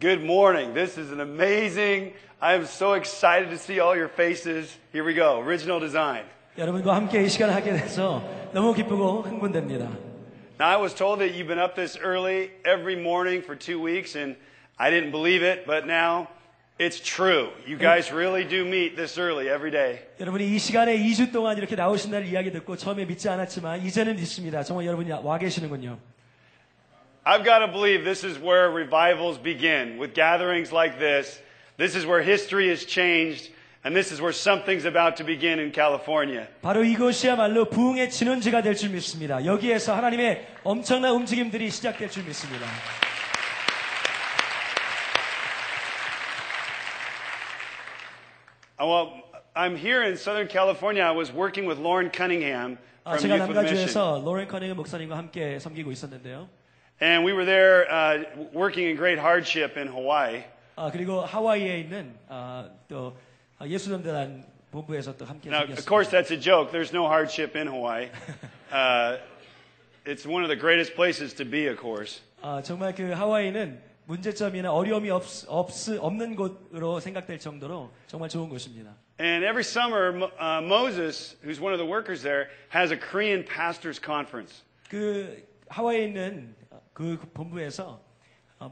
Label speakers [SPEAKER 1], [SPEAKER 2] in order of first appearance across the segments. [SPEAKER 1] Good morning. This is an amazing. I am so excited to see all your faces. Here we go. Original design.
[SPEAKER 2] 여러분과 함께 이 시간을 하게 돼서 너무 기쁘고 흥분됩니다.
[SPEAKER 1] Now, I was told that you've been up this early every morning for two weeks, and I didn't believe it, but now it's true. You guys really do meet this early every day.
[SPEAKER 2] 여러분이 이 시간에 2주 동안 이렇게 나오신다는 이야기 듣고 처음에 믿지 않았지만 이제는 믿습니다. 정말 여러분이 와 계시는군요.
[SPEAKER 1] I've got to believe this is where revivals begin with gatherings like this. This is where history is changed, and this is where something's about to begin in California.
[SPEAKER 2] 바로 이곳이야말로 부흥의 진원지가 될 줄 믿습니다. 여기에서 하나님의 엄청난 움직임들이 시작될 줄 믿습니다.
[SPEAKER 1] Uh, Well, I'm here in Southern California. I was working with Lauren Cunningham
[SPEAKER 2] 아,
[SPEAKER 1] from
[SPEAKER 2] 제가
[SPEAKER 1] Youth with Mission.
[SPEAKER 2] 남가주에서 로렌 커닝 목사님과 함께 섬기고 있었는데요.
[SPEAKER 1] And we were there uh, working in great hardship in Hawaii.
[SPEAKER 2] 아, 그리고 하와이에 있는 아, 또 아, 예수전대단 본부에서 또 함께
[SPEAKER 1] Now, of
[SPEAKER 2] 섬겼습니다.
[SPEAKER 1] course, that's a joke. There's no hardship in Hawaii. Uh, it's one of the greatest places to be, of course.
[SPEAKER 2] 아, 정말 그 하와이는 문제점이나 어려움이 없, 없, 없는 곳으로 생각될 정도로 정말 좋은 곳입니다.
[SPEAKER 1] And every summer, Mo- uh, Moses, who's one of the workers there, has a Korean pastors conference.
[SPEAKER 2] 그 하와이에 있는 그 본부에서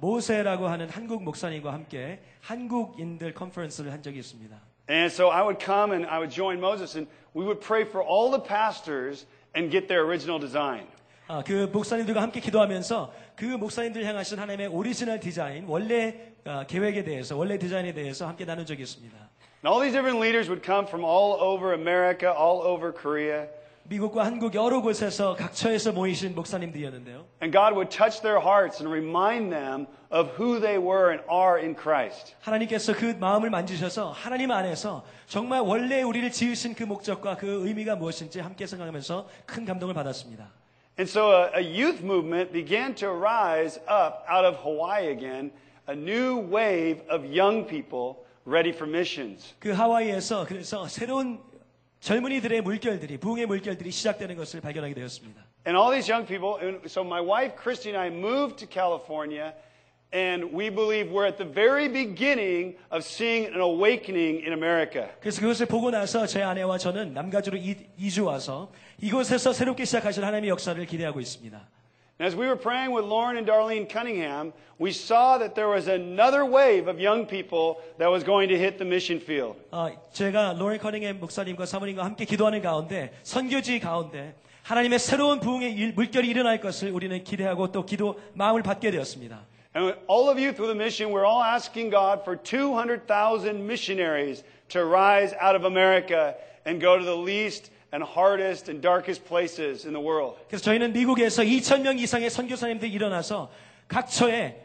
[SPEAKER 2] 모세라고 하는 한국 목사님과 함께 한국인들 컨퍼런스를 한 적이 있습니다.
[SPEAKER 1] And so I would come and I would join Moses, and we would pray for all the pastors and get their original design.
[SPEAKER 2] 아, 그 목사님들과 함께 기도하면서 그 목사님들 향하신 하나님의 오리지널 디자인, 원래 아, 계획에 대해서, 원래 디자인에 대해서 함께 나눈 적이 있습니다.
[SPEAKER 1] And all these different leaders would come from all over America, all over Korea.
[SPEAKER 2] 미국과 한국 여러 곳에서 각처에서 모이신 목사님들이었는데요.
[SPEAKER 1] And God would touch their hearts and remind them of who they were and are in Christ.
[SPEAKER 2] 하나님께서 그 마음을 만지셔서 하나님 안에서 정말 원래 우리를 지으신 그 목적과 그 의미가 무엇인지 함께 생각하면서 큰 감동을 받았습니다.
[SPEAKER 1] And so a, a youth movement began to rise up out of Hawaii again, a new wave of young people ready for missions.
[SPEAKER 2] 그 하와이에서 그래서 새로운 젊은이들의 물결들이 부흥의 물결들이 시작되는 것을 발견하게 되었습니다.
[SPEAKER 1] And all these young people, and so my wife Christy and I moved to California, and we believe we're at the very beginning of seeing an awakening in America.
[SPEAKER 2] 그래서 그것을 보고 나서 제 아내와 저는 남가주로 이- 이주 와서 이곳에서 새롭게 시작하실 하나님의 역사를 기대하고 있습니다.
[SPEAKER 1] And as we were praying with Lauren and Darlene Cunningham, we saw that there was another wave of young people that was going to hit the mission field.
[SPEAKER 2] 아, 제가 로렌 커닝햄 목사님과 사모님과 함께 기도하는 가운데 선교지 가운데 하나님의 새로운 부흥의 일- 물결이 일어날 것을 우리는 기대하고 또 기도 마음을 갖게 되었습니다.
[SPEAKER 1] And all of youth with a mission, we're all asking God for 200,000 missionaries to rise out of America and go to the least and hardest and darkest places in the world.
[SPEAKER 2] 그래서 저희는 미국에서 2,000명 이상의 선교사님들이 일어나서 각처에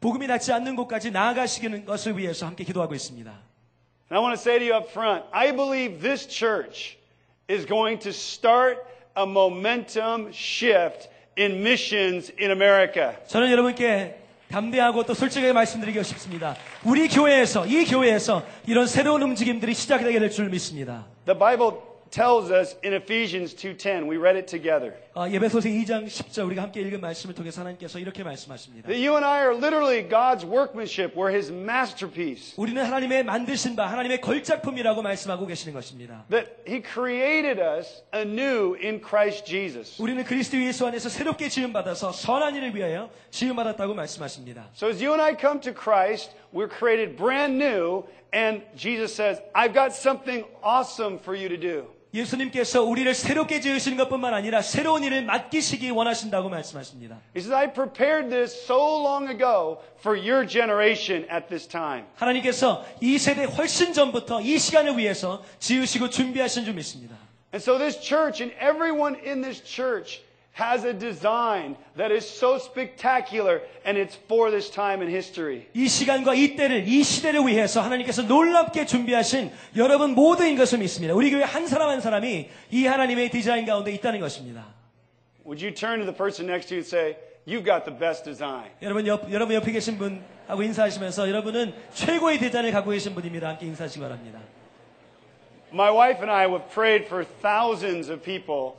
[SPEAKER 2] 복음이 닿지 않는 곳까지 나아가시는 것을 위해서 함께 기도하고 있습니다.
[SPEAKER 1] And I want to say to you up front, I believe this church is going to start a momentum shift in missions in America.
[SPEAKER 2] 저는 여러분께 담대하고 또 솔직하게 말씀드리고 싶습니다. 우리 교회에서, 이 교회에서 이런 새로운 움직임들이 시작되게 될 줄 믿습니다.
[SPEAKER 1] The Bible tells us in Ephesians 2:10, we read it together,
[SPEAKER 2] 아, 예배소서 2장 10절 우리가 함께 읽은 말씀을 통해서 하나님께서 이렇게 말씀하십니다.
[SPEAKER 1] that you and I are literally God's workmanship, we're his masterpiece.
[SPEAKER 2] 우리는 하나님의 만드신 바, 하나님의 걸작품이라고 말씀하고 계시는 것입니다.
[SPEAKER 1] That he created us anew in Christ Jesus.
[SPEAKER 2] 우리는 그리스도 예수 안에서 새롭게 지음받아서 선한 일을 위하여 지음받았다고 말씀하십니다.
[SPEAKER 1] So as you and I come to Christ, we're created brand new, and Jesus says, I've got something awesome for you to do.
[SPEAKER 2] 예수님께서 우리를 새롭게 지으신 것뿐만 아니라 새로운 일을 맡기시기 원하신다고 말씀하십니다.
[SPEAKER 1] He says, I prepared this so long ago for your generation at this time.
[SPEAKER 2] 하나님께서 이 세대 훨씬 전부터 이 시간을 위해서 지으시고 준비하신 줄 믿습니다.
[SPEAKER 1] And so this church and everyone in this church has a design that is so spectacular and it's for this time in history.
[SPEAKER 2] 이 시간과 이 때를, 이 시대를 위해서 하나님께서 놀랍게 준비하신 여러분 모두인 것을 믿습니다. 우리 교회 한 사람 한 사람이 이 하나님의 디자인 가운데 있다는 것입니다.
[SPEAKER 1] Would you turn to the person next to you and say, you've got the best design.
[SPEAKER 2] 여러분 옆, 여러분 옆에 계신 분하고 인사하시면서 여러분은 최고의 디자인을 갖고 계신 분입니다. 함께 인사하시기 바랍니다.
[SPEAKER 1] My wife and I have prayed for thousands of people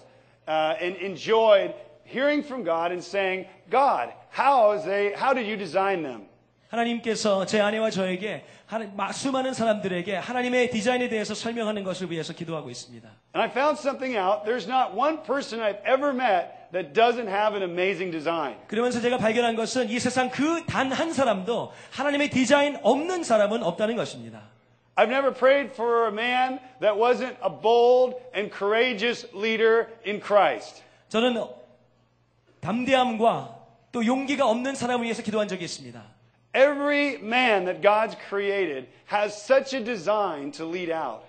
[SPEAKER 1] uh, and enjoyed hearing from God and saying, God, how, is they, how did you design them?
[SPEAKER 2] 하나님께서 제 아내와 저에게 하나- 마- 수많은 사람들에게 하나님의 디자인에 대해서 설명하는 것을 위해서 기도하고 있습니다.
[SPEAKER 1] And I found something out. There's not one person I've ever met that doesn't have an amazing design.
[SPEAKER 2] 그러면서 제가 발견한 것은 이 세상 그 단 한 사람도 하나님의 디자인 없는 사람은 없다는 것입니다.
[SPEAKER 1] I've never prayed for a man that wasn't a bold and courageous leader in Christ.
[SPEAKER 2] 저는 담대함과 또 용기가 없는 사람을 위해서 기도한 적이 있습니다.
[SPEAKER 1] Every man that God's created has such a design to lead out.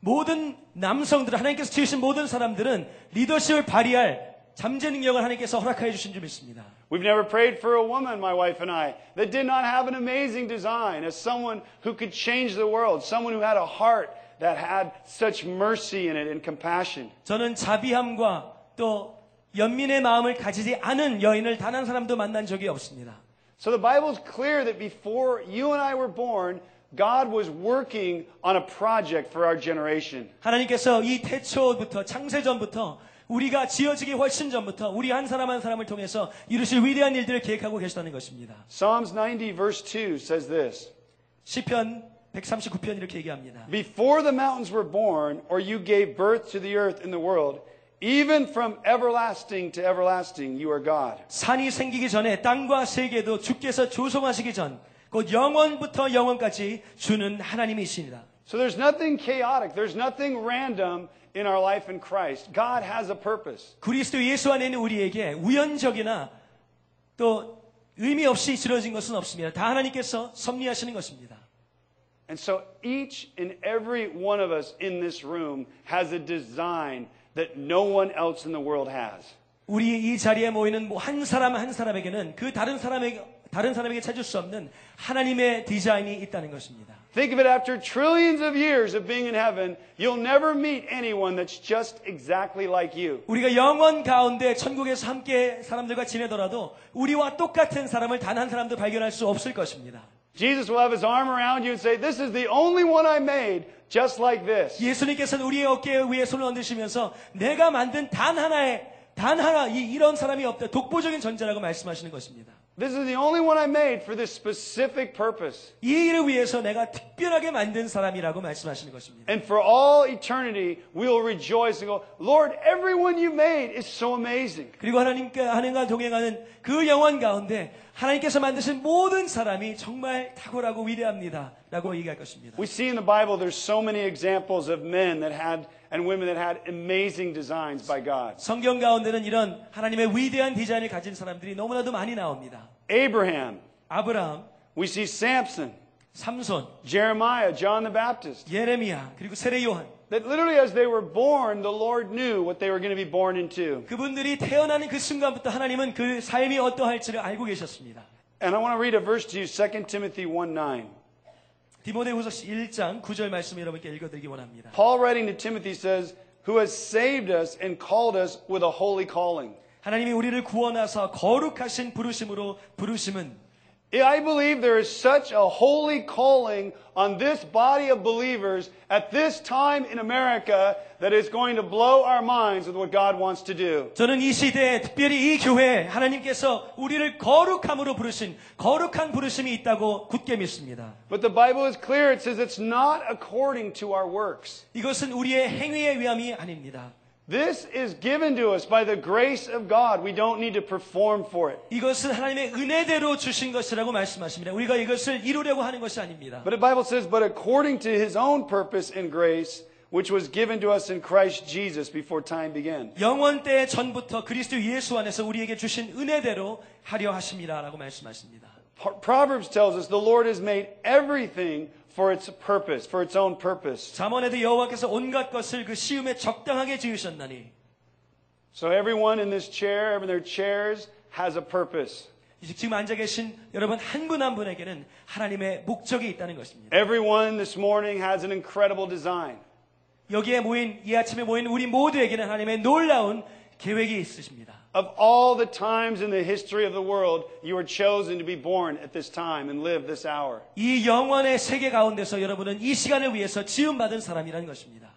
[SPEAKER 2] 모든 남성들, 하나님께서 지으신 모든 사람들은 리더십을 발휘할 잠재 능력을 하나님께서 허락하여 주신 줄 믿습니다.
[SPEAKER 1] We've never prayed for a woman, my wife and I, that did not have an amazing design as someone who could change the world, someone who had a heart that had such mercy in it and compassion.
[SPEAKER 2] 저는 자비함과 또 연민의 마음을 가지지 않은 여인을 단 한 사람도 만난 적이 없습니다.
[SPEAKER 1] So the Bible's clear that before you and I were born, God was working on a project for our generation.
[SPEAKER 2] 하나님께서 이 태초부터 창세전부터 우리가 지어지기 훨씬 전부터 우리 한 사람 한 사람을 통해서 이루실 위대한 일들을 계획하고 계시다는 것입니다.
[SPEAKER 1] Psalms 90 verse 2 says this,
[SPEAKER 2] 시편 139편 이렇게 얘기합니다.
[SPEAKER 1] Before the mountains were born, or you gave birth to the earth and the world, even from everlasting to everlasting, you are God.
[SPEAKER 2] 산이 생기기 전에 땅과 세계도 주께서 조성하시기 전, 곧 영원부터 영원까지 주는 하나님이십니다.
[SPEAKER 1] So there's nothing chaotic. There's nothing random in our life in Christ. God has a purpose.
[SPEAKER 2] 그리스도 예수 안에 있는 우리에게 우연적이나 또 의미 없이 지어진 것은 없습니다. 다 하나님께서 섭리하시는 것입니다.
[SPEAKER 1] And so each and every one of us in this room has a design that no one else in the world has.
[SPEAKER 2] 우리 이 자리에 모이는 뭐한 사람 한 사람에게는 그 다른 사람에게 다른 사람에게 찾을 수 없는 하나님의 디자인이 있다는 것입니다.
[SPEAKER 1] Think of it after trillions of years of being in heaven, you'll never meet anyone that's just exactly like you.
[SPEAKER 2] 우리가 영원 가운데 천국에서 함께 사람들과 지내더라도 우리와 똑같은 사람을 단 한 사람도 발견할 수 없을 것입니다.
[SPEAKER 1] Jesus will have his arm around you and say, This is the only one I made just like this.
[SPEAKER 2] 예수님께서는 우리의 어깨 위에 손을 얹으시면서 내가 만든 단 하나의 단 하나 이, 이런 사람이 없다 독보적인 존재라고 말씀하시는 것입니다.
[SPEAKER 1] This is the only one I made for this specific purpose.
[SPEAKER 2] 이 일을 위해서 내가 특별하게 만든 사람이라고 말씀하시는 것입니다.
[SPEAKER 1] And for all eternity, we'll rejoice and go, Lord, everyone you made is so amazing.
[SPEAKER 2] 그리고 하나님께 하나님과 동행하는 그 영원 가운데 하나님께서 만드신 모든 사람이 정말 탁월하고 위대합니다라고 얘기할 것입니다.
[SPEAKER 1] We see in the Bible there's so many examples of men that had and women that had amazing designs by God.
[SPEAKER 2] 성경 가운데는 이런 하나님의 위대한 디자인을 가진 사람들이 너무나도 많이 나옵니다.
[SPEAKER 1] Abraham,
[SPEAKER 2] 아브라함,
[SPEAKER 1] we see Samson,
[SPEAKER 2] 삼손,
[SPEAKER 1] Jeremiah, John the Baptist.
[SPEAKER 2] 예레미야, 그리고 세례 요한.
[SPEAKER 1] That literally as they were born, the Lord knew what they were going to be born into.
[SPEAKER 2] 그분들이 태어나는 그 순간부터 하나님은 그 삶이 어떠할지를 알고 계셨습니다.
[SPEAKER 1] And I want to read a verse to you, 2 Timothy 1 9.
[SPEAKER 2] 디모데후서 1장 9절 말씀 여러분께 읽어드리기 원합니다.
[SPEAKER 1] Paul writing to Timothy says, Who has saved us and called us with a holy calling.
[SPEAKER 2] 하나님이 우리를 구원하사 거룩하신 부르심으로 부르심은
[SPEAKER 1] I believe there is such a holy calling on this body of believers at this time in America that is going to blow our minds with what God wants to do.
[SPEAKER 2] 저는 이 시대에 특별히 이 교회에 하나님께서 우리를 거룩함으로 부르신 거룩한 부르심이 있다고 굳게 믿습니다.
[SPEAKER 1] But the Bible is clear. It says it's not according to our works.
[SPEAKER 2] 이것은 우리의 행위에 의함이 아닙니다.
[SPEAKER 1] This is given to us by the grace of God. We don't need to perform for it.
[SPEAKER 2] 이것은 하나님의 은혜대로 주신 것이라고 말씀하십니다. 우리가 이것을 이루려고 하는 것이 아닙니다.
[SPEAKER 1] But the Bible says, but according to his own purpose and grace, which was given to us in Christ Jesus before time began.
[SPEAKER 2] 영원 때 전부터 그리스도 예수 안에서 우리에게 주신 은혜대로 하려 하십니다라고 말씀하십니다.
[SPEAKER 1] Pro- Proverbs tells us the Lord has made everything for its purpose, for its own purpose.
[SPEAKER 2] 잠언에도 여호와께서 온갖 것을 그 시음에 적당하게 지으셨나니
[SPEAKER 1] So everyone in this chair, everyone in their chairs has a purpose.
[SPEAKER 2] 이제 지금 앉아 계신 여러분 한 분 한 분에게는 하나님의 목적이 있다는 것입니다.
[SPEAKER 1] Everyone this morning has an incredible design.
[SPEAKER 2] 여기에 모인 이 아침에 모인 우리 모두에게는 하나님의 놀라운 계획이 있으십니다.
[SPEAKER 1] Of all the times in the history of the world, you were chosen to be born at this time and live this hour.
[SPEAKER 2] 이 영원의 세계 가운데서 여러분은 이 시간을 위해서 지음받은 사람이라는 것입니다.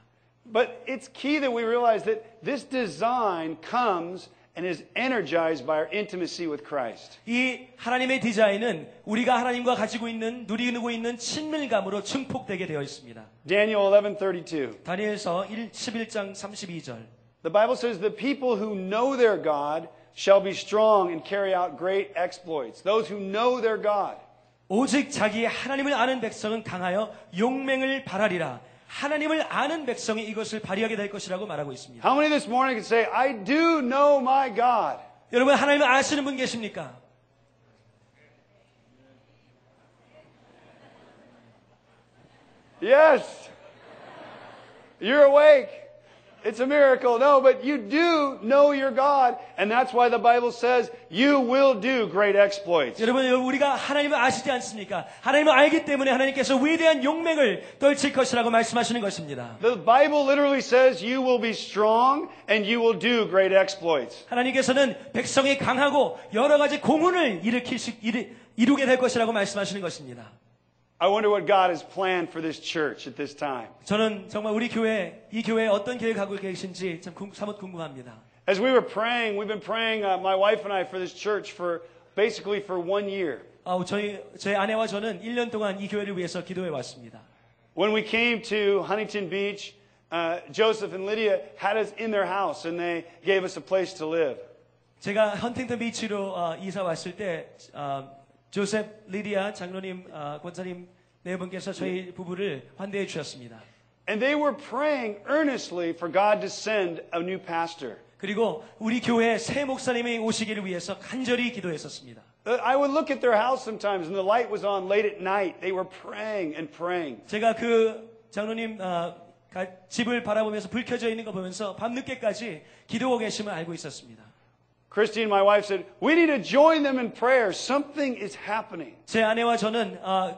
[SPEAKER 1] But it's key that we realize that this design comes and is energized by our intimacy with Christ.
[SPEAKER 2] 이 하나님의 디자인은 우리가 하나님과 가지고 있는 누리고 있는 친밀감으로 증폭되게 되어 있습니다.
[SPEAKER 1] Daniel 11:32.
[SPEAKER 2] 다니엘서 1, 11장 32절.
[SPEAKER 1] The Bible says the people who know their God shall be strong and carry out great exploits. Those who know their God.
[SPEAKER 2] 오직 자기 하나님을 아는 백성은 강하여 용맹을 바라리라. 하나님을 아는 백성이 이것을 발휘하게 될 것이라고 말하고 있습니다.
[SPEAKER 1] How many this morning can say, I do know my God?
[SPEAKER 2] 여러분 하나님을 아시는 분 계십니까?
[SPEAKER 1] Yes. You're awake. It's a miracle. No, but you do know your God. And that's why the Bible says you will do great exploits.
[SPEAKER 2] 여러분 여러분, 우리가 하나님을 아시지 않습니까? 하나님을 알기 때문에 하나님께서 위대한 용맹을 떨칠 것이라고 말씀하시는 것입니다.
[SPEAKER 1] The Bible literally says you will be strong and you will do great exploits.
[SPEAKER 2] 하나님께서는 백성이 강하고 여러 가지 공훈을 일으킬 수, 이루- 이루게 될 것이라고 말씀하시는 것입니다.
[SPEAKER 1] I wonder what God has planned for this church at this time.
[SPEAKER 2] 저는 정말 우리 교회, 이 교회에 어떤 계획을 갖고 계신지 참 궁- 사뭇 궁금합니다.
[SPEAKER 1] As we were praying, we've been praying, uh, my wife and I, for this church for basically for one year.
[SPEAKER 2] 아, 저희, 제 아내와 저는 1년 동안 이 교회를 위해서 기도해 왔습니다.
[SPEAKER 1] When we came to Huntington Beach, uh, Joseph and Lydia had us in their house and they gave us a place to live.
[SPEAKER 2] 제가 헌팅턴 비치로 어, 이사 왔을 때, 어, 조셉, 리디아, 장로님, 어, 권사님 네 분께서 저희 부부를 환대해 주셨습니다.
[SPEAKER 1] And they were praying earnestly for God to send a new pastor.
[SPEAKER 2] 그리고 우리 교회 새 목사님이 오시기를 위해서 간절히 기도했었습니다.
[SPEAKER 1] Uh, I would look at their house sometimes and the light was on late at night. They were praying and praying.
[SPEAKER 2] 제가 그 장로님 어, 가- 집을 바라보면서 불 켜져 있는 거 보면서 밤늦게까지 기도하고 계심을 알고 있었습니다.
[SPEAKER 1] Christy and my wife said, We need to join them in prayer. Something is happening.
[SPEAKER 2] 제 아내와 저는 아,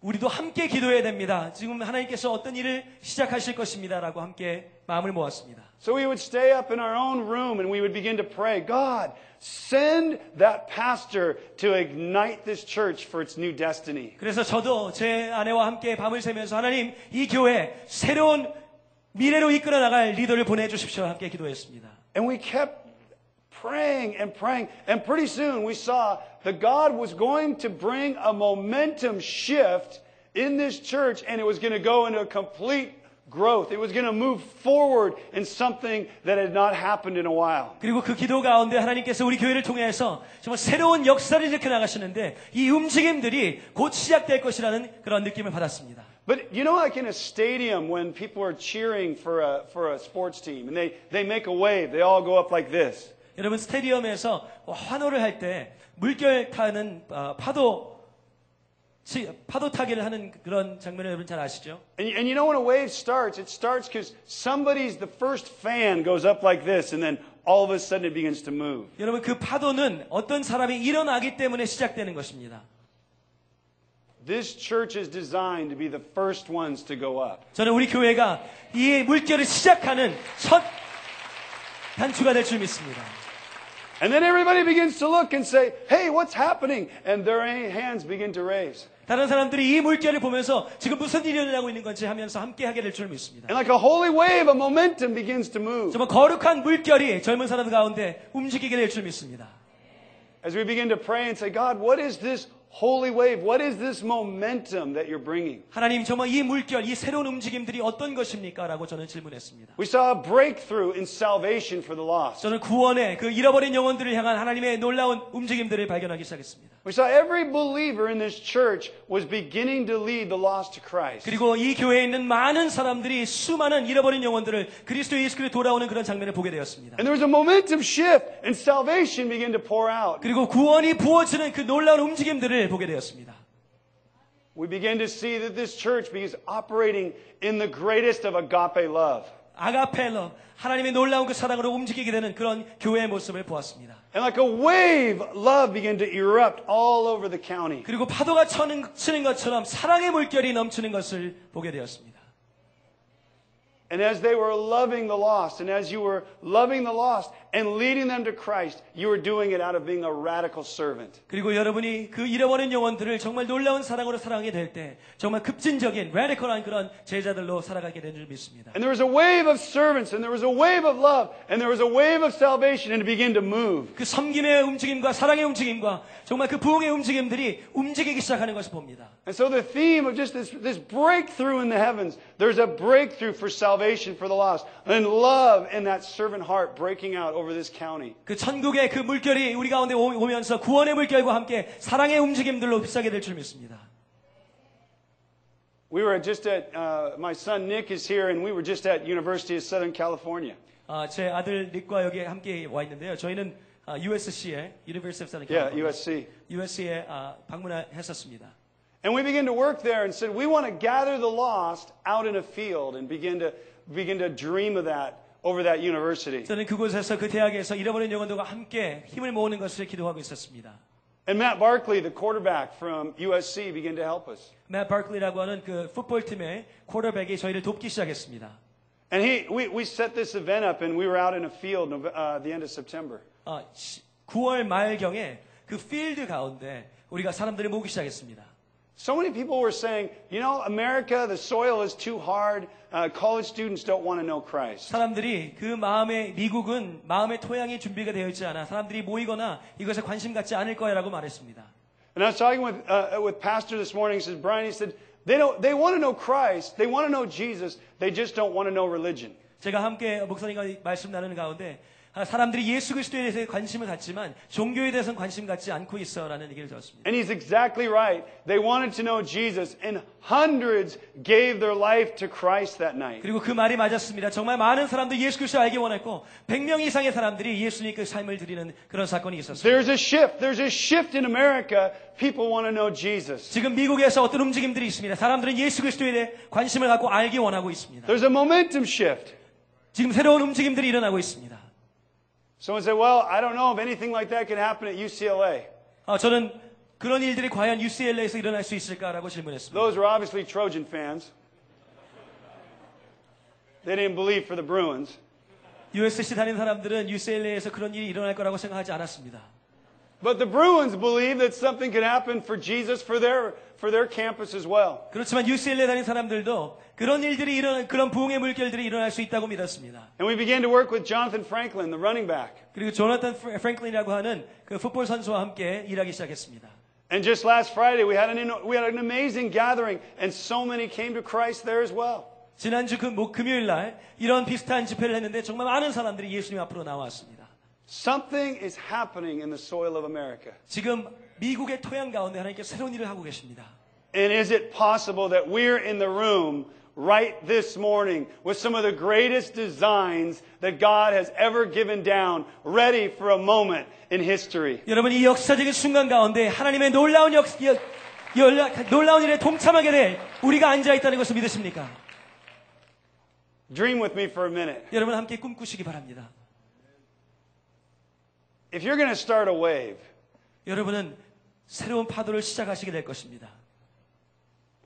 [SPEAKER 2] 우리도 함께 기도해야 됩니다. 지금 하나님께서 어떤 일을 시작하실 것입니다라고 함께 마음을 모았습니다.
[SPEAKER 1] So we would stay up in our own room and we would begin to pray, God, send that pastor to ignite this church for its new destiny.
[SPEAKER 2] 그래서 저도 제 아내와 함께 밤을 새면서 하나님 이 교회 새로운 미래로 이끌어 나갈 리더를 보내주십시오 함께 기도했습니다.
[SPEAKER 1] And we kept praying and praying. And pretty soon we saw that God was going to bring a momentum shift in this church and it was going to go into a complete growth. It was going to move forward in something that had not happened in a while.
[SPEAKER 2] 그리고 그 기도 가운데 하나님께서 우리 교회를 통해서 정말 새로운 역사를 일으켜 나가시는데 이 움직임들이 곧 시작될 것이라는 그런 느낌을 받았습니다.
[SPEAKER 1] But you know, like in a stadium, when people are cheering for a, for a sports team and they, they make a wave, they all go up like this.
[SPEAKER 2] 여러분 스테디움에서 뭐 환호를 할 때 물결 타는 어, 파도 치- 파도 타기를 하는 그런 장면을 여러분 잘 아시죠?
[SPEAKER 1] And, you- and you know, when a wave starts, it starts because somebody's, the first fan goes up like this, and then all of a sudden it begins to move.
[SPEAKER 2] 여러분 그 파도는 어떤 사람이 일어나기 때문에 시작되는 것입니다.
[SPEAKER 1] This church is designed to be the first ones to go up.
[SPEAKER 2] 저는 우리 교회가 이 물결을 시작하는 첫 단추가 될 줄 믿습니다.
[SPEAKER 1] And then everybody begins to look and say, hey, what's happening? And their hands begin to raise.
[SPEAKER 2] 다른 사람들이 이 물결을 보면서 지금 무슨 일이 일어나고 있는 건지 하면서 함께 하게 될 줄 믿습니다.
[SPEAKER 1] And like a holy wave, a momentum begins to move.
[SPEAKER 2] 정말 거룩한 물결이 젊은 사람 가운데 움직이게 될 줄 믿습니다.
[SPEAKER 1] As we begin to pray and say, God, what is this holy wave? What is this momentum that you're bringing?
[SPEAKER 2] 하나님 정말 이 물결, 이 새로운 움직임들이 어떤 것입니까? 라고 저는 질문했습니다.
[SPEAKER 1] We saw a breakthrough in salvation for the lost.
[SPEAKER 2] 저는 구원의 그 잃어버린 영혼들을 향한 하나님의 놀라운 움직임들을 발견하기 시작했습니다.
[SPEAKER 1] We saw every believer in this church was beginning to lead the lost to Christ.
[SPEAKER 2] 그리고 이 교회에 있는 많은 사람들이 수많은 잃어버린 영혼들을 그리스도 예수께로 돌아오는 그런 장면을 보게 되었습니다.
[SPEAKER 1] And there was a momentum shift, and salvation began to pour out.
[SPEAKER 2] 그리고 구원이 부어지는 그 놀라운 움직임들을 보게 되었습니다.
[SPEAKER 1] We begin to see that this church is operating in the greatest of agape love.
[SPEAKER 2] 아가펠러 하나님의 놀라운 그 사랑으로 움직이게 되는 그런 교회의 모습을 보았습니다.
[SPEAKER 1] And like a wave, love began to erupt all over the county.
[SPEAKER 2] 그리고 파도가 쳐는- 치는 것처럼 사랑의 물결이 넘치는 것을 보게 되었습니다.
[SPEAKER 1] And as they were loving the lost, and as you were loving the lost and leading them to Christ, you were doing it out of being a radical servant.
[SPEAKER 2] 그리고 여러분이 그 잃어버린 영혼들을 정말 놀라운 사랑으로 사랑하게 될 때 정말 급진적인 레디컬한 그런 제자들로 살아가게 될 줄 믿습니다.
[SPEAKER 1] And there was a wave of servants, and there was a wave of love, and there was a wave of salvation, and it began to move.
[SPEAKER 2] 그 섬김의 움직임과 사랑의 움직임과 정말 그 부흥의 움직임들이 움직이기 시작하는 것을 봅니다.
[SPEAKER 1] And so the theme of just this, this breakthrough in the heavens, there's a breakthrough for salvation for the lost. And love in that servant heart breaking out over this county.
[SPEAKER 2] 그 천국의 그 물결이 우리 가운데 오- 오면서 구원의 물결과 함께 사랑의 움직임들로 휩싸게 될 줄 믿습니다.
[SPEAKER 1] We were just at, uh, my son Nick is here, and we were just at University of Southern California.
[SPEAKER 2] 아, 제 아들 닉과 여기 함께 와 있는데요. 저희는 아, USC에 University of Southern
[SPEAKER 1] Yeah,
[SPEAKER 2] California,
[SPEAKER 1] USC.
[SPEAKER 2] USC에 방문했었습니다.
[SPEAKER 1] And we began to work there and said, we want to gather the lost out in a field and begin to, begin to dream of that over that university.
[SPEAKER 2] 저는 그곳에서 그 대학에서 잃어버린 영혼들과 함께 힘을 모으는 것을 기도하고 있었습니다.
[SPEAKER 1] And Matt Barkley, the quarterback from USC, began to help us.
[SPEAKER 2] 맷 바클리라고 하는 그 풋볼 팀의 쿼터백이 저희를 돕기 시작했습니다.
[SPEAKER 1] And he, we, we set this event up, and we were out in a field Nov- uh, the end of September.
[SPEAKER 2] 아, 시- 9월 말경에 그 필드 가운데 우리가 사람들을 모으기 시작했습니다.
[SPEAKER 1] So many people were saying, you know, America, the soil is too hard. Uh, college students don't want to know Christ.
[SPEAKER 2] 사람들이 그 마음의 미국은 마음의 토양이 준비가 되어 있지 않아 사람들이 모이거나 이것에 관심 갖지 않을 거야라고 말했습니다.
[SPEAKER 1] And I was talking with, uh, with Pastor this morning. He says, Brian, he said, they, don't, they want to know Christ. They want to know Jesus. They just don't want to know religion.
[SPEAKER 2] 제가 함께 목사님과 말씀 나누는 가운데 아, 사람들이 예수 그리스도에 대해서 관심을 갖지만 종교에 대해서는 관심 갖지 않고 있어라는 얘기를 들었습니다.
[SPEAKER 1] And he's exactly right. They wanted to know Jesus, and hundreds gave their life to Christ that night.
[SPEAKER 2] 그리고 그 말이 맞았습니다. 정말 많은 사람들이 예수 그리스도 알기 원했고 100명 이상의 사람들이 예수님께 삶을 드리는 그런 사건이 있었습니다.
[SPEAKER 1] There's a shift. There's a shift in America. People want to know Jesus.
[SPEAKER 2] 지금 미국에서 어떤 움직임들이 있습니다. 사람들은 예수 그리스도에 대해 관심을 갖고 알기 원하고 있습니다.
[SPEAKER 1] There's a momentum shift.
[SPEAKER 2] 지금 새로운 움직임들이 일어나고 있습니다.
[SPEAKER 1] Someone said, Well, I don't know if anything like that can happen at UCLA.
[SPEAKER 2] 아, 저는 그런 일들이 과연 UCLA에서 일어날 수 있을까라고 질문했습니다.
[SPEAKER 1] Those were obviously Trojan fans. They didn't believe for the Bruins.
[SPEAKER 2] USC 다닌 사람들은 UCLA에서 그런 일이 일어날 거라고 생각하지 않았습니다.
[SPEAKER 1] But the Bruins believe that something could happen for Jesus for their, for their campus as well.
[SPEAKER 2] 그렇지만 UCLA 다닌 사람들도 그런 일들이 일어날 그런 부흥의 물결들이 일어날 수 있다고 믿었습니다.
[SPEAKER 1] And we began to work with Jonathan Franklin, the running back.
[SPEAKER 2] 그리고 조나탄 프랭- 프랭클린이라고 하는 그 풋볼 선수와 함께 일하기 시작했습니다.
[SPEAKER 1] And just last Friday, we had an, in- we had an amazing gathering, and so many came to Christ there as well.
[SPEAKER 2] 지난주 그 목- 금요일 날 이런 비슷한 집회를 했는데 정말 많은 사람들이 예수님 앞으로 나왔습니다.
[SPEAKER 1] Something is happening in the soil of America.
[SPEAKER 2] 지금 미국의 토양 가운데 하나님께 새로운 일을 하고 계십니다.
[SPEAKER 1] And is it possible that we're in the room right this morning with some of the greatest designs that God has ever given down, ready for a moment in history?
[SPEAKER 2] 여러분 이 역사적인 순간 가운데 하나님의 놀라운 역, 여, 연락, 놀라운 일에 동참하게 될 우리가 앉아 있다는 것을 믿으십니까?
[SPEAKER 1] Dream with me for a minute.
[SPEAKER 2] 여러분 함께 꿈꾸시기 바랍니다.
[SPEAKER 1] If you're going to start a wave,
[SPEAKER 2] 여러분은 새로운 파도를 시작하시게 될 것입니다.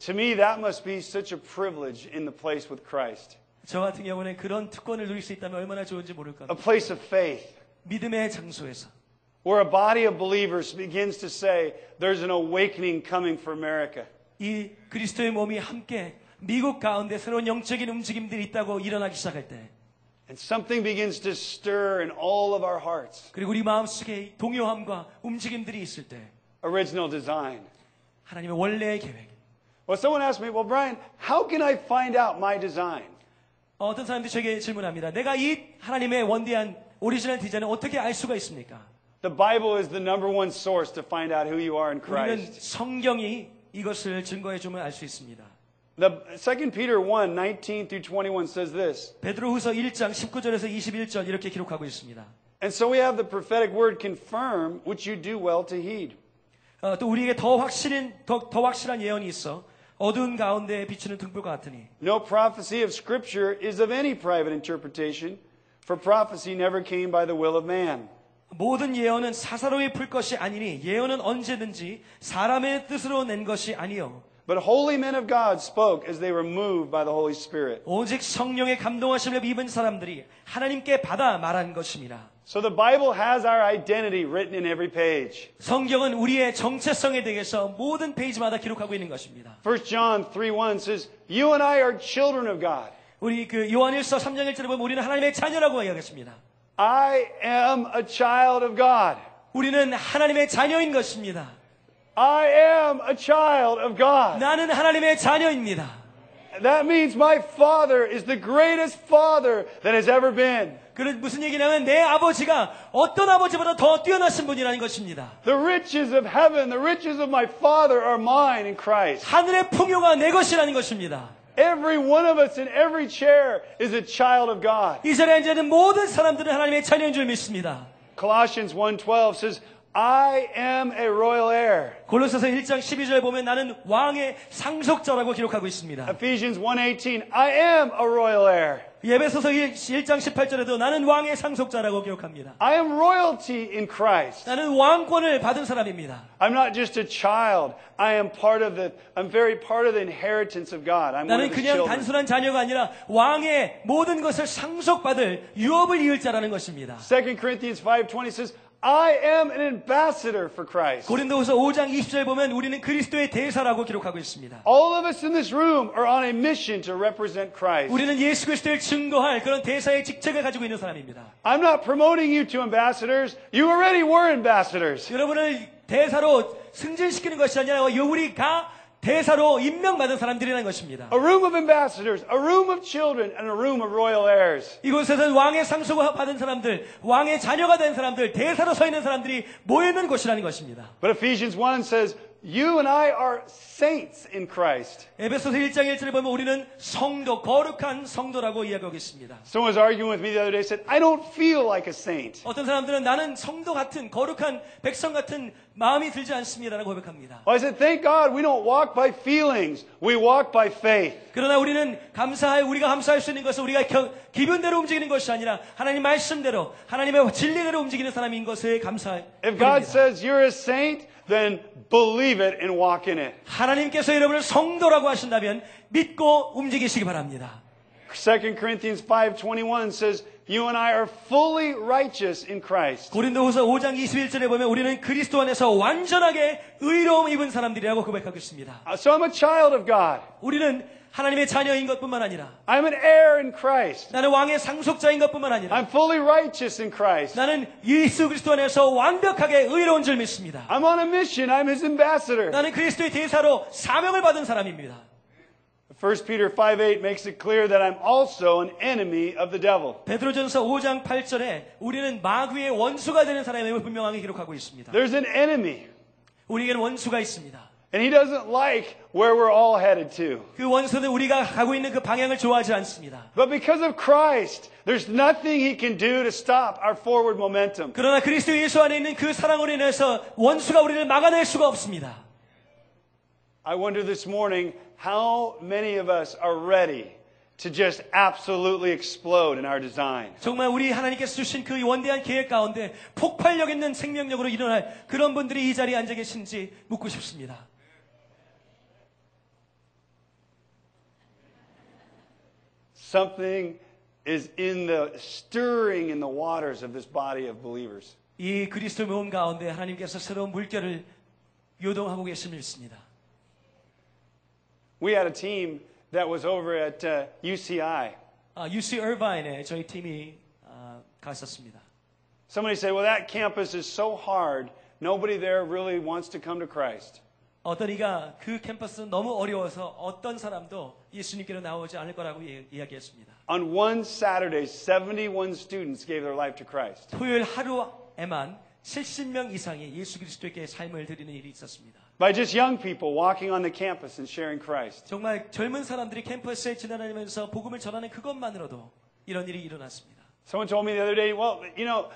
[SPEAKER 1] to me, that must be such a privilege in the place with Christ,
[SPEAKER 2] 저 같은 경우는 그런 특권을 누릴 수 있다면 얼마나 좋은지 모를
[SPEAKER 1] a
[SPEAKER 2] 겁니다.
[SPEAKER 1] place of faith.
[SPEAKER 2] 믿음의 장소에서
[SPEAKER 1] Where a body of believers begins to say, there's an awakening coming for America.
[SPEAKER 2] 이 그리스도의 몸이 함께 미국 가운데 새로운 영적인 움직임들이 있다고 일어나기 시작할 때
[SPEAKER 1] And something begins to stir in all of our hearts.
[SPEAKER 2] 그리고 우리 마음속에 동요함과 움직임들이 있을 때
[SPEAKER 1] Original design.
[SPEAKER 2] 하나님의 원래의 계획
[SPEAKER 1] Well, someone asked me, well, Brian, how can I find out my design?
[SPEAKER 2] 어떤 사람들이 저에게 질문합니다. 내가 이 하나님의 원대한 오리지널 디자인을 어떻게 알 수가 있습니까?
[SPEAKER 1] The Bible is the number one source to find out who you are in
[SPEAKER 2] 우리는
[SPEAKER 1] Christ.
[SPEAKER 2] 성경이 이것을 증거해 주면 알 수 있습니다.
[SPEAKER 1] The 2 Peter 1, 19 through 21 says this.
[SPEAKER 2] 베드로후서 1장 19절에서 21절 이렇게 기록하고 있습니다.
[SPEAKER 1] And so we have the prophetic word confirm, which you do well to heed.
[SPEAKER 2] 어, 또 우리에게 더 확실한 더, 더 확실한 예언이 있어 어두운 가운데 비추는 등불과 같으니
[SPEAKER 1] No prophecy of Scripture is of any private interpretation, for prophecy never came by the will of man.
[SPEAKER 2] 모든 예언은 사사로이 풀 것이 아니니 예언은 언제든지 사람의 뜻으로 낸 것이 아니요
[SPEAKER 1] But holy men of God spoke as they were moved by the Holy Spirit.
[SPEAKER 2] 오직 성령의 감동하심을 입은 사람들이 하나님께 받아 말한 것입니다.
[SPEAKER 1] So the Bible has our identity written in every page.
[SPEAKER 2] 성경은 우리의 정체성에 대해서 모든 페이지마다 기록하고 있는 것입니다.
[SPEAKER 1] 1 John 3 1 says, You and I are children of God.
[SPEAKER 2] 우리 그 요한일서 3장 1절에 보면 우리는 하나님의 자녀라고 이야기했습니다.
[SPEAKER 1] I am a child of God.
[SPEAKER 2] 우리는 하나님의 자녀인 것입니다.
[SPEAKER 1] I am a child of God.
[SPEAKER 2] 나는 하나님의 자녀입니다.
[SPEAKER 1] That means my Father is the greatest Father that has ever been.
[SPEAKER 2] 그래 무슨 얘기냐면 내 아버지가 어떤 아버지보다 더 뛰어나신 분이라는 것입니다.
[SPEAKER 1] The riches of heaven, the riches of my Father are mine in Christ.
[SPEAKER 2] 하늘의 풍요가 내 것이라는 것입니다.
[SPEAKER 1] Every one of us in every chair is a child of God.
[SPEAKER 2] 이 자리에 앉아있는 모든 사람들은 하나님의 자녀인 줄 믿습니다.
[SPEAKER 1] Colossians 1:12 says, "I am a royal heir."
[SPEAKER 2] 골로새서 1장 12절 보면 나는 왕의 상속자라고 기록하고 있습니다.
[SPEAKER 1] Ephesians 1:18, "I am a royal heir."
[SPEAKER 2] 예배소서 1장 18절에도 나는 왕의 상속자라고 기록합니다.
[SPEAKER 1] I am royalty in Christ.
[SPEAKER 2] 나는 왕권을 받은 사람입니다.
[SPEAKER 1] I'm not just a child. I am part of the I'm very part of the inheritance of God. I'm one
[SPEAKER 2] 나는
[SPEAKER 1] of his
[SPEAKER 2] 그냥
[SPEAKER 1] children.
[SPEAKER 2] 단순한 자녀가 아니라 왕의 모든 것을 상속받을 유업을 이을 자라는 것입니다.
[SPEAKER 1] 2 Corinthians 5:20 says, "I am an ambassador for Christ."
[SPEAKER 2] 고린도후서 5장 20절 보면 우리는 그리스도의 대사라고 기록하고 있습니다.
[SPEAKER 1] All of us in this room are on a mission to represent Christ.
[SPEAKER 2] 우리는 예수 그리스도를 증거할 그런 대사의 직책을 가지고 있는 사람입니다.
[SPEAKER 1] I'm not promoting you to ambassadors. You already were ambassadors.
[SPEAKER 2] 여러분을 대사로 승진시키는 것이 아니라 우리가 대사로 임명받은 사람들이라는 것입니다.
[SPEAKER 1] A room of ambassadors, a room of children, and a room of royal heirs.
[SPEAKER 2] 이곳에서는 왕의 상속을 받은 사람들, 왕의 자녀가 된 사람들, 대사로 서 있는 사람들이 모이는 곳이라는 것입니다.
[SPEAKER 1] But Ephesians 1 says, You and I are saints in Christ.
[SPEAKER 2] 에베소서 1장 1절을 보면 우리는 성도, 거룩한 성도라고 이야기하고 있습니다.
[SPEAKER 1] Someone was arguing with me the other day, said, I don't feel like a saint.
[SPEAKER 2] 어떤 사람들은 나는 성도 같은, 거룩한, 백성 같은 마음이 들지 않습니다라고 고백합니다.
[SPEAKER 1] Well, I said, Thank God we don't walk by feelings, we walk by faith.
[SPEAKER 2] 그러나 우리는 감사할 우리가 감사할 수 있는 것은 우리가 겨- 기분대로 움직이는 것이 아니라 하나님 말씀대로 하나님의 진리대로 움직이는 사람인 것에 감사할
[SPEAKER 1] If God
[SPEAKER 2] 뿐입니다.
[SPEAKER 1] says you're a saint, then believe it and walk in it.
[SPEAKER 2] 하나님께서 여러분을 성도라고 하신다면 믿고 움직이시기 바랍니다.
[SPEAKER 1] 2 Corinthians 5:21 says, "You and I are fully righteous in Christ."
[SPEAKER 2] 고린도후서 5장 21절에 보면 우리는 그리스도 안에서 완전하게 의로움 입은 사람들이라고 고백하고 있습니다.
[SPEAKER 1] Uh, So I'm a child of God.
[SPEAKER 2] 우리는 하나님의 자녀인 것뿐만 아니라
[SPEAKER 1] I'm an heir in Christ.
[SPEAKER 2] 나는 왕의 상속자인 것뿐만 아니라
[SPEAKER 1] I'm fully righteous in Christ.
[SPEAKER 2] 나는 예수 그리스도 안에서 완벽하게 의로운 줄 믿습니다.
[SPEAKER 1] I'm on a mission. I'm his ambassador.
[SPEAKER 2] 나는 그리스도의 대사로 사명을 받은 사람입니다.
[SPEAKER 1] 1 Peter 5:8 makes it clear that I'm also an enemy of the devil.
[SPEAKER 2] 베드로전서 5장 8절에 우리는 마귀의 원수가 되는 사람임을 분명하게 기록하고 있습니다.
[SPEAKER 1] There's an enemy,
[SPEAKER 2] 우리에게는 원수가 있습니다.
[SPEAKER 1] and he doesn't like where we're all headed to.
[SPEAKER 2] 그 원수는 우리가 가고 있는 그 방향을 좋아하지 않습니다.
[SPEAKER 1] But because of Christ, there's nothing he can do to stop our forward momentum.
[SPEAKER 2] 그러나 그리스도 예수 안에 있는 그 사랑으로 인해서 원수가 우리를 막아낼 수가 없습니다.
[SPEAKER 1] I wonder this morning how many of us are ready to just absolutely explode in our design.
[SPEAKER 2] 정말 우리 하나님께서 주신 그 원대한 계획 가운데 폭발력 있는 생명력으로 일어날 그런 분들이 이 자리에 앉아 계신지 묻고 싶습니다.
[SPEAKER 1] Something is in the stirring in the waters of this body of believers.
[SPEAKER 2] 이 그리스도 모음 가운데 하나님께서 새로운 물결을 요동하고 계심을 믿습니다.
[SPEAKER 1] We had a team that was over at uh, UCI.
[SPEAKER 2] 아, UC 얼바인에 저희 팀이 아, 갔었습니다.
[SPEAKER 1] Somebody said, Well, that campus is so hard, nobody there really wants to come to Christ.
[SPEAKER 2] 어떤 이가 그 캠퍼스는 너무 어려워서 어떤 사람도 예수님께로 나오지 않을 거라고 예- 이야기했습니다.
[SPEAKER 1] On one Saturday, 71 students gave their life to Christ.
[SPEAKER 2] 토요일 하루에만 70명 이상이 예수 그리스도께 삶을 드리는 일이 있었습니다.
[SPEAKER 1] By just young people walking on the campus and sharing Christ.
[SPEAKER 2] 정말 젊은 사람들이 캠퍼스에 지나다니면서 복음을 전하는 그것만으로도 이런 일이 일어났습니다.
[SPEAKER 1] Someone told me the other day, well, you know,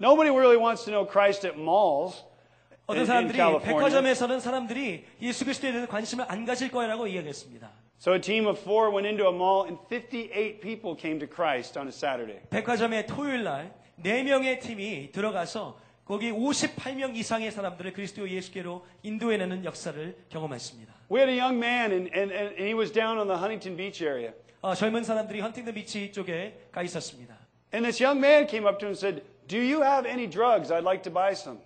[SPEAKER 1] nobody really wants to know Christ at malls in,
[SPEAKER 2] 어떤
[SPEAKER 1] in
[SPEAKER 2] 사람들이
[SPEAKER 1] California.
[SPEAKER 2] 백화점에서는 사람들이 예수 그리스도에 대해서 관심을 안 가질 거라고 이야기했습니다.
[SPEAKER 1] So a team of four went into a mall, and 58 people came to Christ on a Saturday.
[SPEAKER 2] 백화점에 토요일 날 4명의 팀이 네 들어가서 거기 58명 이상의 사람들을 그리스도 예수께로 인도해내는 역사를 경험했습니다.
[SPEAKER 1] We had a young man, and, and, and he was down on the Huntington Beach area.
[SPEAKER 2] 아, 젊은 사람들이 헌팅턴 비치 쪽에 가 있었습니다.
[SPEAKER 1] And this young man came up to him and said, Do you have any drugs? I'd like to buy some.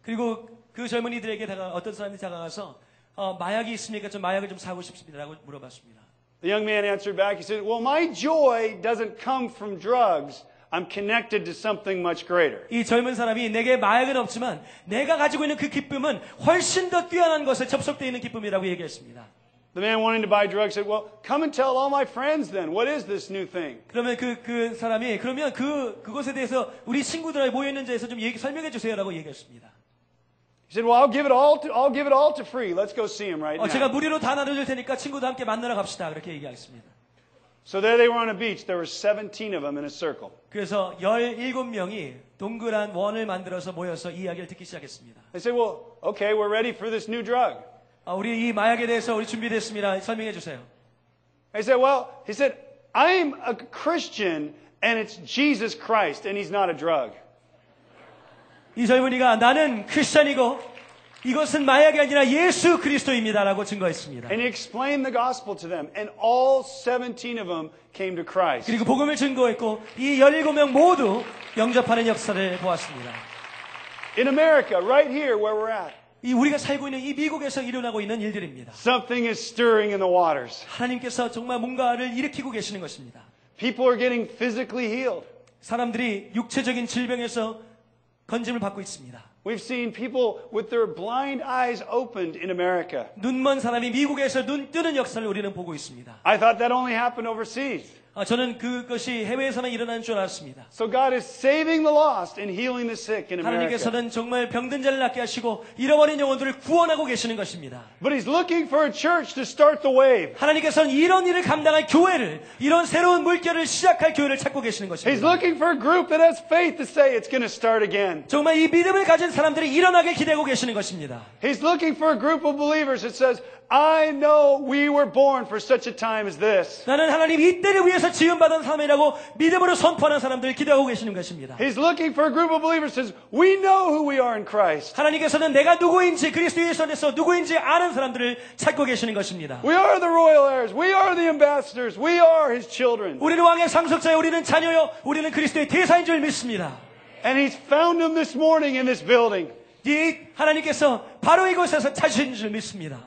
[SPEAKER 2] 그리고 그 젊은이들에게 다가 어떤 사람이 다가가서 어, 마약이 있습니까? 좀 마약을 좀 사고 싶습니다라고 물어봤습니다.
[SPEAKER 1] The young man answered back, he said, Well, my joy doesn't come from drugs. I'm connected to something much greater.
[SPEAKER 2] 이 젊은 사람이 내게 마약은 없지만 내가 가지고 있는 그 기쁨은 훨씬 더 뛰어난 것에 접속되어 있는 기쁨이라고 얘기했습니다.
[SPEAKER 1] The man wanting to buy drugs said, Well, come and tell all my friends then. What is this new thing?
[SPEAKER 2] 그러면 그, 그 사람이 그러면 그, 그것에 대해서 우리 친구들하고 모여있는 자에서 좀 얘기, 설명해 주세요라고 얘기했습니다.
[SPEAKER 1] He said, Well, I'll give it all to, I'll give it all to free. Let's go see him right
[SPEAKER 2] 어, 제가
[SPEAKER 1] now.
[SPEAKER 2] 무료로 다 나눠줄 테니까 친구들 함께 만나러 갑시다. 그렇게 얘기하겠습니다.
[SPEAKER 1] So there they were on a beach. There were 17 of them in a circle.
[SPEAKER 2] 그래서 17명이 동그란 원을 만들어서 모여서 이 이야기를 듣기 시작했습니다.
[SPEAKER 1] They said, Well, okay, we're ready for this new drug.
[SPEAKER 2] 아, 우리 이 마약에 대해서 우리 준비됐습니다. 설명해 주세요.
[SPEAKER 1] He said, Well, he said, I'm a Christian and it's Jesus Christ and he's not a drug.
[SPEAKER 2] 이 젊은이가 나는 크리스천이고 이것은 마약이 아니라 예수 그리스도입니다라고 증거했습니다.
[SPEAKER 1] And he explained the gospel to them, and all 17 of them came to Christ.
[SPEAKER 2] 그리고 복음을 증거했고 이 17명 모두 영접하는 역사를 보았습니다.
[SPEAKER 1] In America, right here where we're at,
[SPEAKER 2] 이 우리가 살고 있는 이 미국에서 일어나고 있는 일들입니다.
[SPEAKER 1] something is stirring in the waters.
[SPEAKER 2] 하나님께서 정말 뭔가를 일으키고 계시는 것입니다.
[SPEAKER 1] People are getting physically healed.
[SPEAKER 2] 사람들이 육체적인 질병에서 건짐을 받고 있습니다.
[SPEAKER 1] We've seen people with their blind eyes opened in America.
[SPEAKER 2] 눈먼 사람이 미국에서 눈 뜨는 역사를 우리는 보고 있습니다.
[SPEAKER 1] I thought that only happened overseas.
[SPEAKER 2] 아, 저는 그것이 해외에서만 일어나는 줄 알았습니다.
[SPEAKER 1] So God is saving the lost and healing the sick in America.
[SPEAKER 2] 하나님께서는 정말 병든 자를 낫게 하시고 잃어버린 영혼들을 구원하고 계시는 것입니다.
[SPEAKER 1] But He's looking for a church to start the wave.
[SPEAKER 2] 하나님께서는 이런 일을 감당할 교회를, 이런 새로운 물결을 시작할 교회를 찾고 계시는
[SPEAKER 1] He's
[SPEAKER 2] 것입니다.
[SPEAKER 1] looking for a group that has faith to say it's going to start again.
[SPEAKER 2] 정말 이 믿음을 가진 사람들이 일어나길 기대하고 계시는 것입니다.
[SPEAKER 1] He's looking for a group of believers that says, I know we were born for such a time as this.
[SPEAKER 2] 나는 하나님 이 때를 위해서 지음받은 사람이라고 믿음으로 선포하는 사람들을 기대하고 계시는 것입니다.
[SPEAKER 1] He's looking for a group of believers that says, We know who we are in Christ.
[SPEAKER 2] 하나님께서는 내가 누구인지 그리스도의 선에서 누구인지 아는 사람들을 찾고 계시는 것입니다.
[SPEAKER 1] We are the royal heirs. We are the ambassadors. We are His children.
[SPEAKER 2] 우리는 왕의 상속자요, 우리는 자녀요, 우리는 그리스도의 대사인 줄 믿습니다.
[SPEAKER 1] And He's found them this morning in this building.
[SPEAKER 2] 이 하나님께서 바로 이곳에서 찾으신 줄 믿습니다.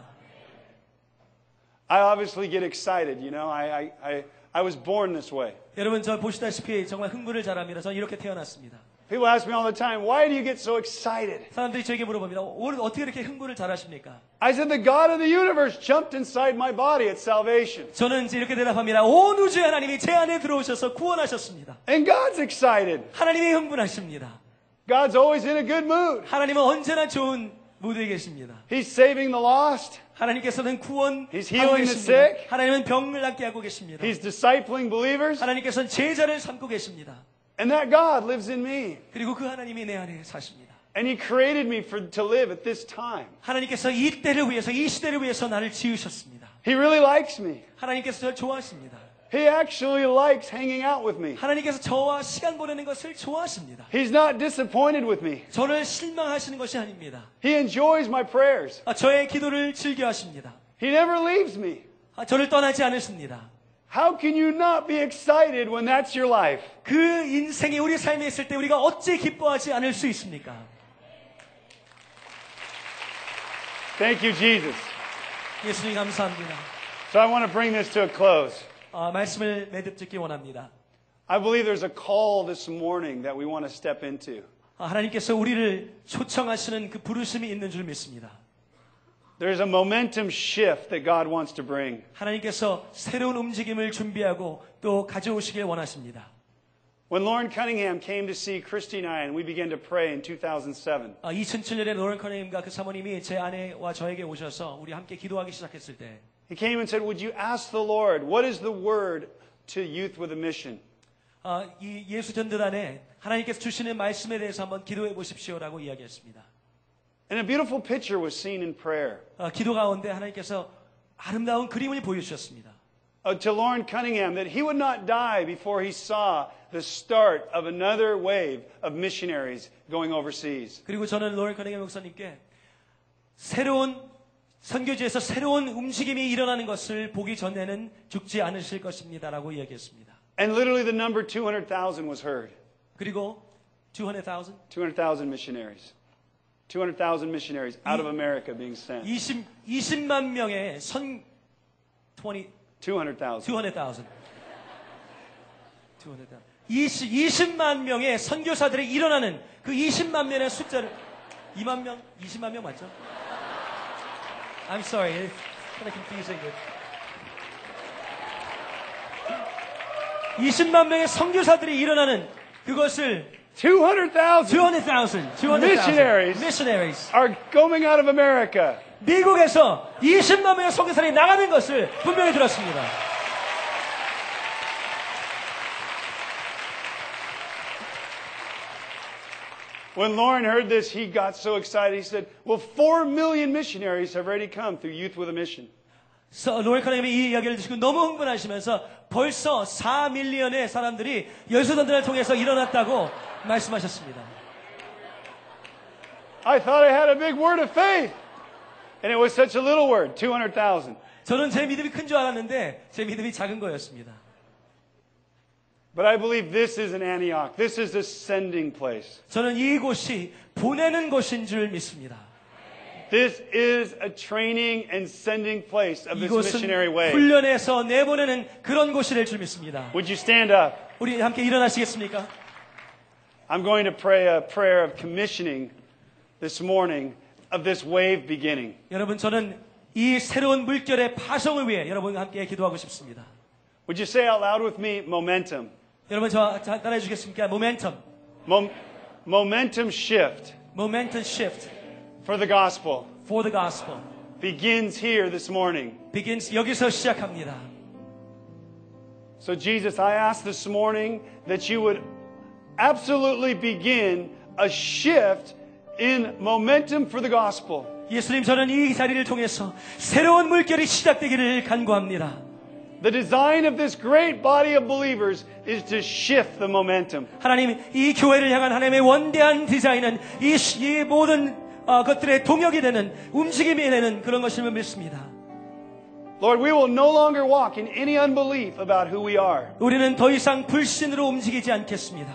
[SPEAKER 1] I obviously get excited, you know. I, I, I, I was born this way.
[SPEAKER 2] 여러분 저 보시다시피 정말 흥분을 잘합니다. 저는 이렇게 태어났습니다.
[SPEAKER 1] People ask me all the time, Why do you get so excited?
[SPEAKER 2] 사람들이 저에게 물어봅니다. 오늘 어떻게 이렇게 흥분을 잘하십니까?
[SPEAKER 1] I said, The God of the universe jumped inside my body at salvation.
[SPEAKER 2] 저는 이제 이렇게 대답합니다. 온 우주의 하나님이 제 안에 들어오셔서 구원하셨습니다.
[SPEAKER 1] And God's excited.
[SPEAKER 2] 하나님이 흥분하십니다.
[SPEAKER 1] God's always in a good mood.
[SPEAKER 2] 하나님은 언제나 좋은 무대에 계십니다.
[SPEAKER 1] He's saving the lost.
[SPEAKER 2] 하나님께서는 구원하고
[SPEAKER 1] He's healing the
[SPEAKER 2] 계십니다.
[SPEAKER 1] sick.
[SPEAKER 2] 하나님은 병을 낫게 하고 계십니다.
[SPEAKER 1] He's discipling believers.
[SPEAKER 2] 하나님께서는 제자를 삼고 계십니다.
[SPEAKER 1] And that God lives in me.
[SPEAKER 2] 그리고 그 하나님이 내 안에 사십니다.
[SPEAKER 1] And He created me for, to live at this time.
[SPEAKER 2] 하나님께서 이 때를 위해서 이 시대를 위해서 나를 지으셨습니다.
[SPEAKER 1] He really likes me.
[SPEAKER 2] 하나님께서 저를 좋아하십니다.
[SPEAKER 1] He actually likes hanging out with me.
[SPEAKER 2] 하나님께서 저와 시간 보내는 것을 좋아하십니다.
[SPEAKER 1] He's not disappointed with me.
[SPEAKER 2] 저를 실망하시는 것이 아닙니다.
[SPEAKER 1] He enjoys my prayers.
[SPEAKER 2] 아, 저의 기도를 즐겨하십니다.
[SPEAKER 1] He never leaves me.
[SPEAKER 2] 아, 저를 떠나지 않으십니다.
[SPEAKER 1] How can you not be excited when that's your life?
[SPEAKER 2] 그 인생이 우리 삶에 있을 때 우리가 어찌 기뻐하지 않을 수 있습니까?
[SPEAKER 1] Thank you, Jesus.
[SPEAKER 2] 예수님 감사합니다.
[SPEAKER 1] So I want to bring this to a close.
[SPEAKER 2] 아, 말씀을 매듭 짓기 원합니다.
[SPEAKER 1] I believe there's a call this morning that we want to step into.
[SPEAKER 2] 아, 하나님께서 우리를 초청하시는 그 부르심이 있는 줄 믿습니다.
[SPEAKER 1] There's a momentum shift that God wants to bring.
[SPEAKER 2] 하나님께서 새로운 움직임을 준비하고 또 가져오시길 원하십니다.
[SPEAKER 1] When Lauren Cunningham came to see Christy and I, and we began to pray in 2007,
[SPEAKER 2] 2007년에 아, 로렌 커닝과 그 사모님이 제 아내와 저에게 오셔서 우리 함께 기도하기 시작했을 때
[SPEAKER 1] he came and said, Would you ask the Lord, what is the word to youth with a mission?
[SPEAKER 2] 아, 이 예수 전도단에 하나님께서 주시는 말씀에 대해서 한번 기도해 보십시오라고 이야기했습니다.
[SPEAKER 1] And a beautiful picture was seen in prayer
[SPEAKER 2] 아, 기도 가운데 하나님께서 아름다운 그림을 보여주셨습니다.
[SPEAKER 1] uh, to Lauren Cunningham that he would not die before he saw the start of another wave of missionaries going overseas.
[SPEAKER 2] 그리고 저는 로렌 커닝 목사님께 새로운 선교지에서 새로운 움직임이 일어나는 것을 보기 전에는 죽지 않으실 것입니다라고 이야기했습니다.
[SPEAKER 1] And literally the number 200,000 was heard.
[SPEAKER 2] 그리고 200,000
[SPEAKER 1] 200,000 missionaries. 200,000 missionaries out of America being sent.
[SPEAKER 2] 20 20만 명의 선 20
[SPEAKER 1] 200,000.
[SPEAKER 2] 200,000 200,000 20 20만 명의 선교사들이 일어나는 그 20만 명의 숫자를 2만 명 20만 명 맞죠? I'm sorry. It's kind of confusing. But... 20만 명의 선교사들이 일어나는 그것을
[SPEAKER 1] 200,000
[SPEAKER 2] 200,000
[SPEAKER 1] Missionaries.
[SPEAKER 2] 200,000 missionaries
[SPEAKER 1] are going out of America.
[SPEAKER 2] 미국에서 20만 명의 선교사들이 나가는 것을 분명히 들었습니다.
[SPEAKER 1] When Lauren heard this, he got so excited. He said, Well, four million missionaries have already come through Youth with a Mission.
[SPEAKER 2] 서- 로엘 커닝이 이 이야기를 듣고 너무 흥분하시면서 벌써 4밀리언의 사람들이 열수단들을 통해서 일어났다고 말씀하셨습니다.
[SPEAKER 1] I thought I had a big word of faith. And it was such a little word 200,000.
[SPEAKER 2] 저는 제 믿음이 큰 줄 알았는데 제 믿음이 작은 거였습니다.
[SPEAKER 1] But I believe this is an Antioch. This is a sending place.
[SPEAKER 2] 저는 이곳이 보내는 곳인 줄 믿습니다.
[SPEAKER 1] This is a training and sending place of this
[SPEAKER 2] 이곳은
[SPEAKER 1] missionary way.
[SPEAKER 2] 훈련해서 내보내는 그런 곳이 될 줄 믿습니다.
[SPEAKER 1] Would you stand up?
[SPEAKER 2] 우리 함께 일어나시겠습니까?
[SPEAKER 1] I'm going to pray a prayer of commissioning this morning of this wave beginning.
[SPEAKER 2] 여러분 저는 이 새로운 물결의 파송을 위해 여러분과 함께 기도하고 싶습니다.
[SPEAKER 1] Would you say out loud with me, momentum?
[SPEAKER 2] 여러분 저 따라해 주겠습니까? 모멘텀,
[SPEAKER 1] Mom- momentum shift
[SPEAKER 2] 모멘텀 시프트
[SPEAKER 1] for the gospel
[SPEAKER 2] for the gospel
[SPEAKER 1] begins here this morning.
[SPEAKER 2] begins 여기서 시작합니다.
[SPEAKER 1] So, Jesus, I ask this morning that you would absolutely begin a shift in momentum for the gospel.
[SPEAKER 2] 예수님 저는 이 자리를 통해서 새로운 물결이 시작되기를 간구합니다.
[SPEAKER 1] The design of this great body of believers is to shift the momentum.
[SPEAKER 2] 하나님 이 교회를 향한 하나님의 원대한 디자인은 이, 시- 이 모든 어, 것들의 동역이 되는 움직임이 되는 그런 것임을 믿습니다.
[SPEAKER 1] Lord, we will no longer walk in any unbelief about who we are.
[SPEAKER 2] 우리는 더 이상 불신으로 움직이지 않겠습니다.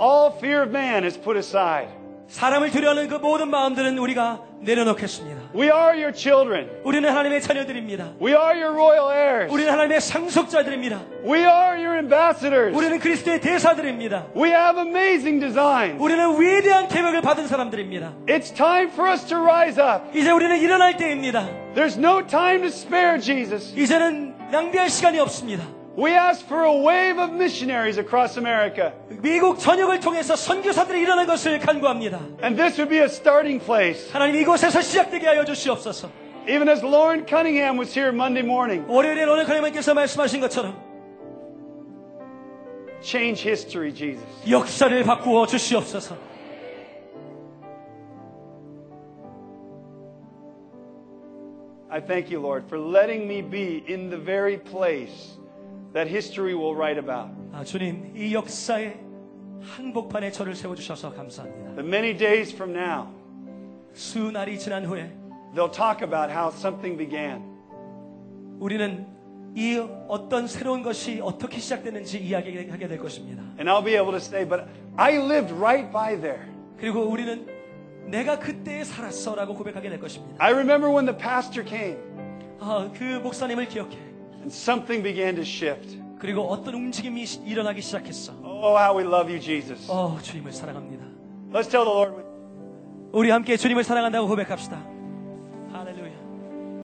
[SPEAKER 1] All fear of man is put aside.
[SPEAKER 2] 사람을 두려워하는 그 모든 마음들은 우리가 내려놓겠습니다.
[SPEAKER 1] We are your children.
[SPEAKER 2] 우리는 하나님의 자녀들입니다.
[SPEAKER 1] We are your royal heirs.
[SPEAKER 2] 우리는 하나님의 상속자들입니다.
[SPEAKER 1] We are your ambassadors.
[SPEAKER 2] 우리는 그리스도의 대사들입니다.
[SPEAKER 1] We have amazing designs.
[SPEAKER 2] 우리는 위대한 계획을 받은 사람들입니다.
[SPEAKER 1] It's time for us to rise up.
[SPEAKER 2] 이제 우리는 일어날 때입니다.
[SPEAKER 1] There's no time to spare, Jesus.
[SPEAKER 2] 이제는 낭비할 시간이 없습니다.
[SPEAKER 1] We ask for a wave of missionaries across America.
[SPEAKER 2] 미국 전역을 통해서 선교사들이 일어난 것을 간구합니다.
[SPEAKER 1] And this would be a starting place.
[SPEAKER 2] 하나님 이곳에서 시작되게 하여 주시옵소서.
[SPEAKER 1] Even as Lauren Cunningham was here Monday morning,
[SPEAKER 2] 월요일에 오늘 하나님께서 말씀하신 것처럼
[SPEAKER 1] change history, Jesus.
[SPEAKER 2] 역사를 바꾸어 주시옵소서.
[SPEAKER 1] I thank you, Lord, for letting me be in the very place that history will write about.
[SPEAKER 2] 아, 주님, 이 역사의 한복판에 저를 세워주셔서 감사합니다.
[SPEAKER 1] That many days from now,
[SPEAKER 2] 수날이 지난 후에
[SPEAKER 1] they'll talk about how something began.
[SPEAKER 2] 우리는 이 어떤 새로운 것이 어떻게 시작되는지 이야기하게 될 것입니다.
[SPEAKER 1] And I'll be able to say, but I lived right by there.
[SPEAKER 2] 그리고 우리는 내가 그때에 살았어라고 고백하게 될 것입니다.
[SPEAKER 1] I remember when the pastor came
[SPEAKER 2] 아, 그 목사님을 기억해.
[SPEAKER 1] and something began to shift.
[SPEAKER 2] 그리고 어떤 움직임이 시- 일어나기 시작했어.
[SPEAKER 1] Oh, how we love you, Jesus.
[SPEAKER 2] 어, 주님을 사랑합니다.
[SPEAKER 1] Let's tell the Lord.
[SPEAKER 2] 우리 함께 주님을 사랑한다고 고백합시다.